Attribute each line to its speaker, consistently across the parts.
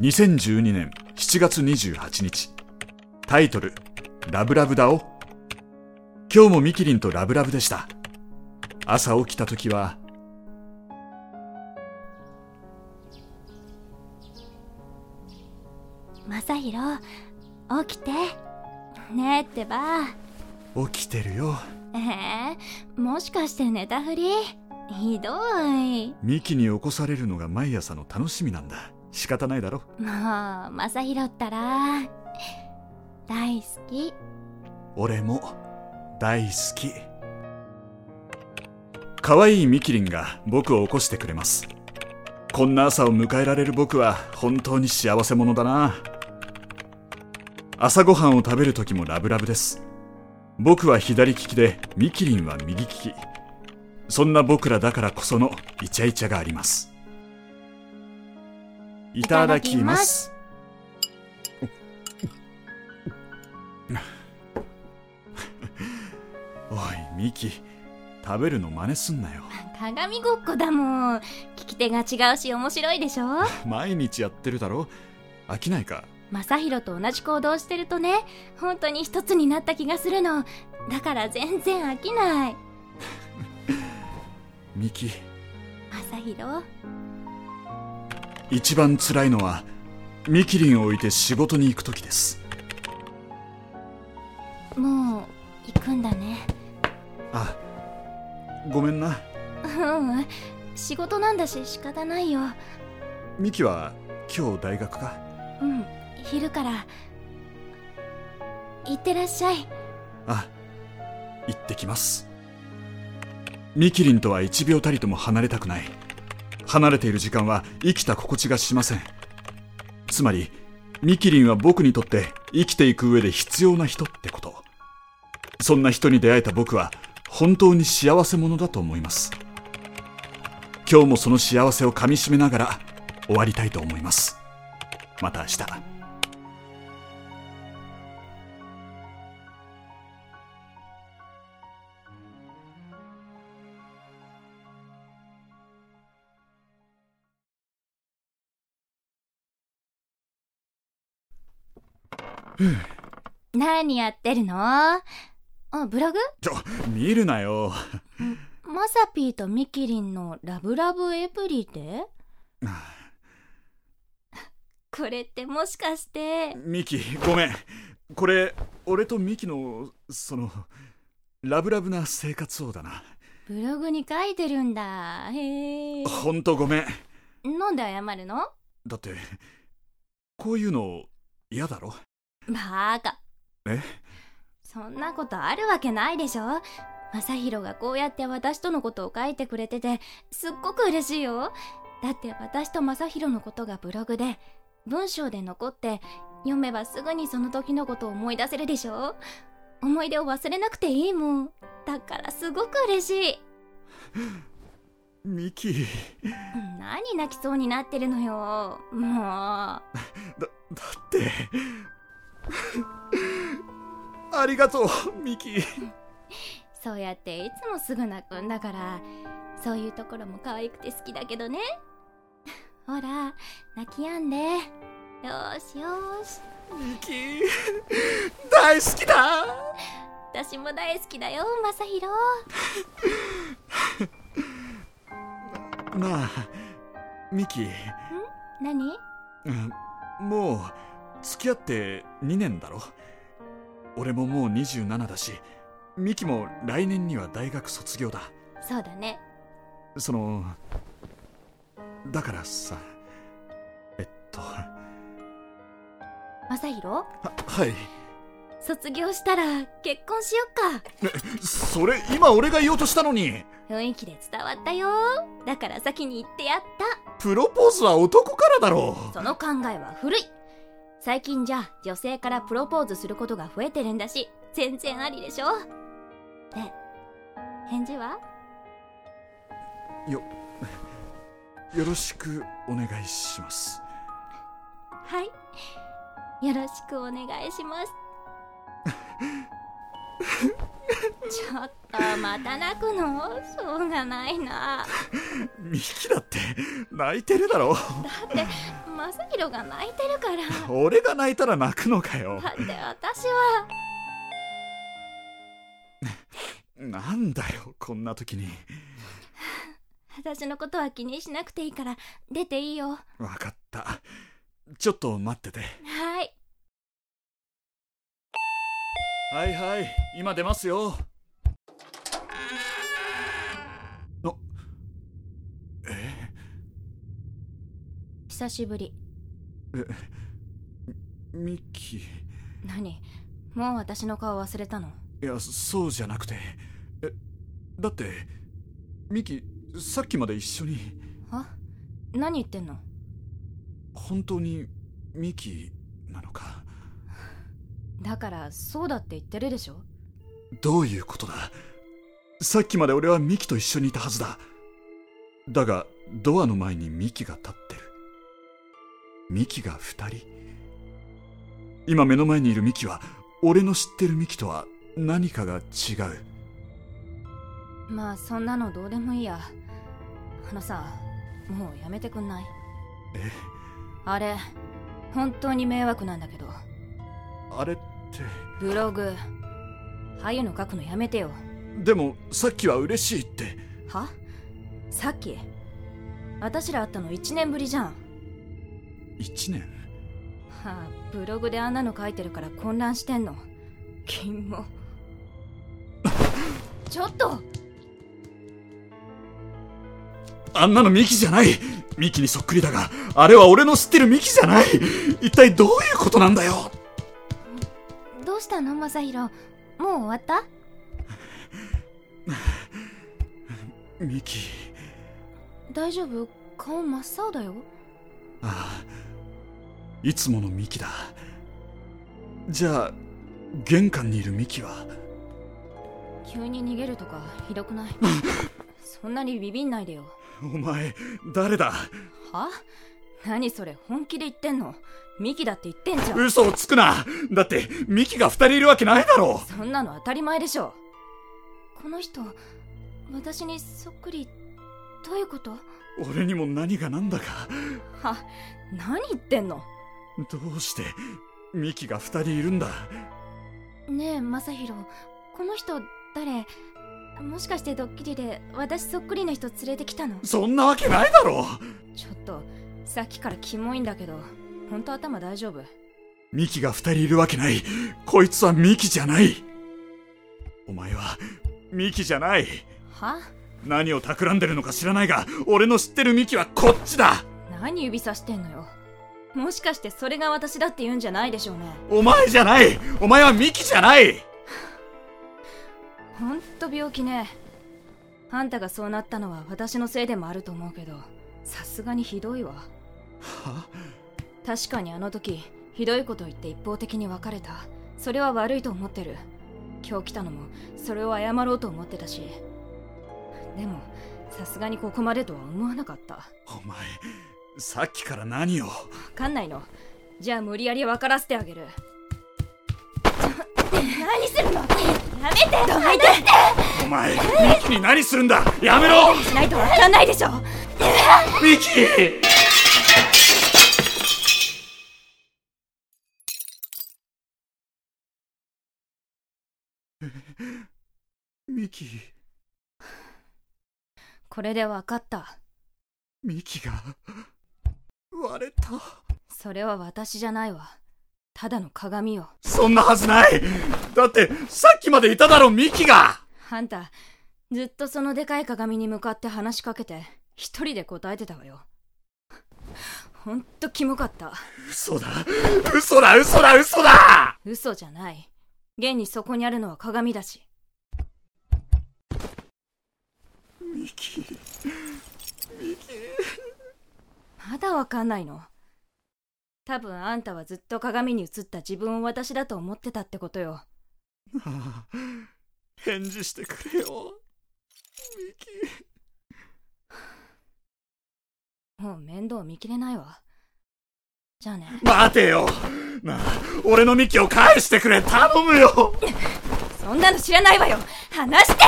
Speaker 1: 2012年7月28日タイトル「ラブラブだお」今日もミキリンとラブラブでした朝起きた時は
Speaker 2: 正宏起きてねえってば
Speaker 1: 起きてるよ
Speaker 2: えー、もしかして寝たふりひどい
Speaker 1: ミキに起こされるのが毎朝の楽しみなんだ仕方ないだろ
Speaker 2: もう正宏ったら大好き
Speaker 1: 俺も大好き可愛いミキリンが僕を起こしてくれますこんな朝を迎えられる僕は本当に幸せ者だな朝ごはんを食べる時もラブラブです僕は左利きでミキリンは右利きそんな僕らだからこそのイチャイチャがありますいただきますおいミキ食べるの真似すんなよ
Speaker 2: 鏡ごっこだもん聞き手が違うし面白いでしょ
Speaker 1: 毎日やってるだろ飽きないか
Speaker 2: 正宏と同じ行動してるとね本当に一つになった気がするのだから全然飽きない
Speaker 1: ミキ
Speaker 2: 正宏
Speaker 1: 一番辛いのはミキリンを置いて仕事に行く時です
Speaker 2: もう行くんだね
Speaker 1: あごめんな
Speaker 2: うん仕事なんだし仕方ないよ
Speaker 1: ミキは今日大学か
Speaker 2: うん昼から行ってらっしゃい
Speaker 1: あ行ってきますミキリンとは1秒たりとも離れたくない離れている時間は生きた心地がしませんつまりミキリンは僕にとって生きていく上で必要な人ってことそんな人に出会えた僕は本当に幸せ者だと思います今日もその幸せをかみしめながら終わりたいと思いますまた明日
Speaker 2: 何やってるのあブログ
Speaker 1: ちょ見るなよ
Speaker 2: まさぴーとみきりんのラブラブエブリデ これってもしかして
Speaker 1: ミキごめんこれ俺とミキのそのラブラブな生活をだな
Speaker 2: ブログに書いてるんだ へえ
Speaker 1: ほんとごめん
Speaker 2: なんで謝るの
Speaker 1: だってこういうの嫌だろ
Speaker 2: バカ
Speaker 1: え
Speaker 2: そんなことあるわけないでしょ正宏がこうやって私とのことを書いてくれててすっごく嬉しいよだって私と正宏のことがブログで文章で残って読めばすぐにその時のことを思い出せるでしょ思い出を忘れなくていいもんだからすごく嬉しい
Speaker 1: ミキ
Speaker 2: 何泣きそうになってるのよもう
Speaker 1: だだってありがとうミキ
Speaker 2: そうやっていつもすぐ泣くんだからそういうところも可愛くて好きだけどね ほら泣きやんでよーしよーし
Speaker 1: ミキ大好きだ
Speaker 2: 私も大好きだよ正宏
Speaker 1: なあミキ、
Speaker 2: 何
Speaker 1: うん、もう付き合って2年だろ俺ももう27だしミキも来年には大学卒業だ
Speaker 2: そうだね
Speaker 1: そのだからさえっとは
Speaker 2: 正宏
Speaker 1: はい
Speaker 2: 卒業したら結婚しよっか
Speaker 1: それ今俺が言おうとしたのに
Speaker 2: 雰囲気で伝わったよだから先に言ってやっ
Speaker 1: プロポーズは男からだろ
Speaker 2: たその考えは古い最近じゃ女性からプロポーズすることが増えてるんだし全然ありでしょねえ返事は
Speaker 1: よろしくお願いします
Speaker 2: はい。よろしくお願いします。 ちょっとまた泣くのしょうがないな
Speaker 1: ミキだって泣いてるだろ
Speaker 2: だって正宏が泣いてるから
Speaker 1: 俺が泣いたら泣くのかよ
Speaker 2: だって私は
Speaker 1: なんだよこんな時に
Speaker 2: 私のことは気にしなくていいから出ていいよは
Speaker 1: わかったちょっと待ってて
Speaker 2: い
Speaker 1: はいはい今出ますよのえ
Speaker 2: 久しぶり
Speaker 1: ミキ
Speaker 2: 何もう私の顔忘れたの
Speaker 1: いやそうじゃなくてえだってミキさっきまで一緒に
Speaker 2: あ何言ってんの
Speaker 1: 本当にミキなのか
Speaker 2: だからそうだって言ってるでしょ
Speaker 1: どういうことださっきまで俺はミキと一緒にいたはずだだがドアの前にミキが立ってるミキが2人今目の前にいるミキは俺の知ってるミキとは何かが違う
Speaker 2: まあそんなのどうでもいいやあのさもうやめてくんない
Speaker 1: え
Speaker 2: あれ本当に迷惑なんだけど
Speaker 1: あれって
Speaker 2: ブログああいうの書くのやめてよ
Speaker 1: でもさっきは嬉しいって
Speaker 2: はさっき私ら会ったの1年ぶりじゃんは
Speaker 1: 1年
Speaker 2: あブログであんなの書いてるから混乱してんの金もちょっと
Speaker 1: あんなのミキじゃないミキにそっくりだがあれは俺の知ってるミキじゃない一体どういうことなんだよ
Speaker 2: どうしたのマサヒロもう終わった
Speaker 1: ミキ
Speaker 2: 大丈夫顔真っ青だよ
Speaker 1: ああいつものミキだじゃあ玄関にいるミキは
Speaker 2: 急に逃げるとかひどくない そんなにビビんないでよ
Speaker 1: お前誰だ
Speaker 2: は何それ本気で言ってんのミキだって言ってんじゃん
Speaker 1: 嘘をつくなだってミキが2人いるわけないだろ
Speaker 2: そんなの当たり前でしょこの人私にそっくりどういうこと
Speaker 1: 俺にも何が何だか
Speaker 2: は何言ってんの
Speaker 1: どうしてミキが2人いるんだ
Speaker 2: ねえマサヒロこの人誰もしかしてドッキリで私そっくりの人連れてきたの
Speaker 1: そんなわけないだろ
Speaker 2: ちょっとさっきからキモいんだけど本当頭大丈夫
Speaker 1: ミキが二人いるわけない。こいつはミキじゃない。お前は、ミキじゃない。
Speaker 2: は
Speaker 1: 何を企んでるのか知らないが、俺の知ってるミキはこっちだ
Speaker 2: 何指さしてんのよもしかしてそれが私だって言うんじゃないでしょうね
Speaker 1: お前じゃないお前はミキじゃない
Speaker 2: ほんと病気ねあんたがそうなったのは私のせいでもあると思うけどさすがにひどいわ
Speaker 1: は
Speaker 2: 確かにあの時ひどいこと言って一方的に別れたそれは悪いと思ってる今日来たのもそれを謝ろうと思ってたしでもさすがにここまでとは思わなかったわ
Speaker 1: お前、さっきから何を
Speaker 2: かんないのじゃあ無理やり分からせてあげる何するのやめて離して
Speaker 1: お前、ミキに何するんだやめろ
Speaker 2: しないと分かんないでしょ
Speaker 1: ミキミキ、
Speaker 2: これで分かった
Speaker 1: ミキが、割れた。
Speaker 2: それは私じゃないわただの鏡よ
Speaker 1: そんなはずないだって、さっきまでいただろ、ミキが
Speaker 2: あんたずっとそのでかい鏡に向かって話しかけて一人で答えてたわよほんとキモかった
Speaker 1: 嘘だ嘘だ嘘だ嘘だ
Speaker 2: 嘘じゃない現にそこにあるのは鏡だし
Speaker 1: ミキ、ミキ、
Speaker 2: まだわかんないの多分あんたはずっと鏡に映った自分を私だと思ってたってことよ
Speaker 1: ああ返事してくれよ。ミキ。
Speaker 2: もう面倒見きれないわじゃあね
Speaker 1: 待てよなあ俺のミキを返してくれ頼むよ
Speaker 2: そそんなの知らないわよ話して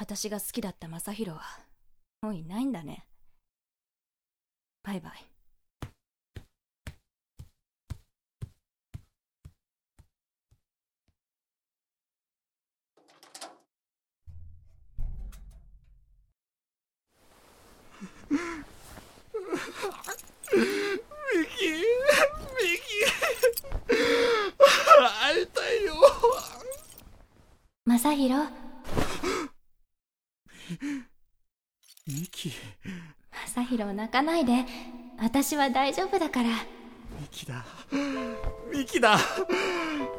Speaker 2: 私が好きだった正宏はもういないんだねバイバイ
Speaker 3: ミキミキ会いたいよ
Speaker 2: 正宏
Speaker 1: ミキミ
Speaker 2: 正宏泣かないで私は大丈夫だから
Speaker 1: キだミキだ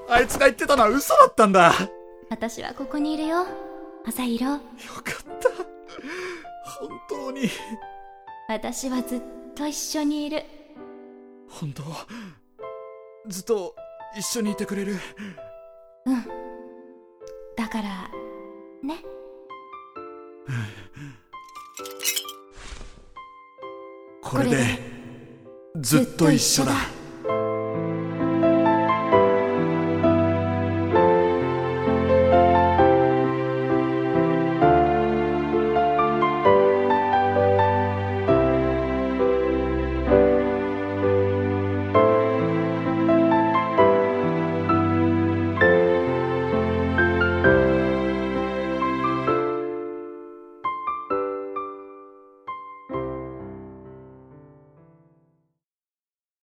Speaker 1: あいつが言ってたのは嘘だったんだよか
Speaker 2: 私はここにいるよ正宏
Speaker 1: った本当に
Speaker 2: 私はずっと一緒にいる
Speaker 1: 本当ずっと一緒にいてくれる
Speaker 2: うんだからね
Speaker 1: これでずっと一緒だ
Speaker 2: ずっと一緒だ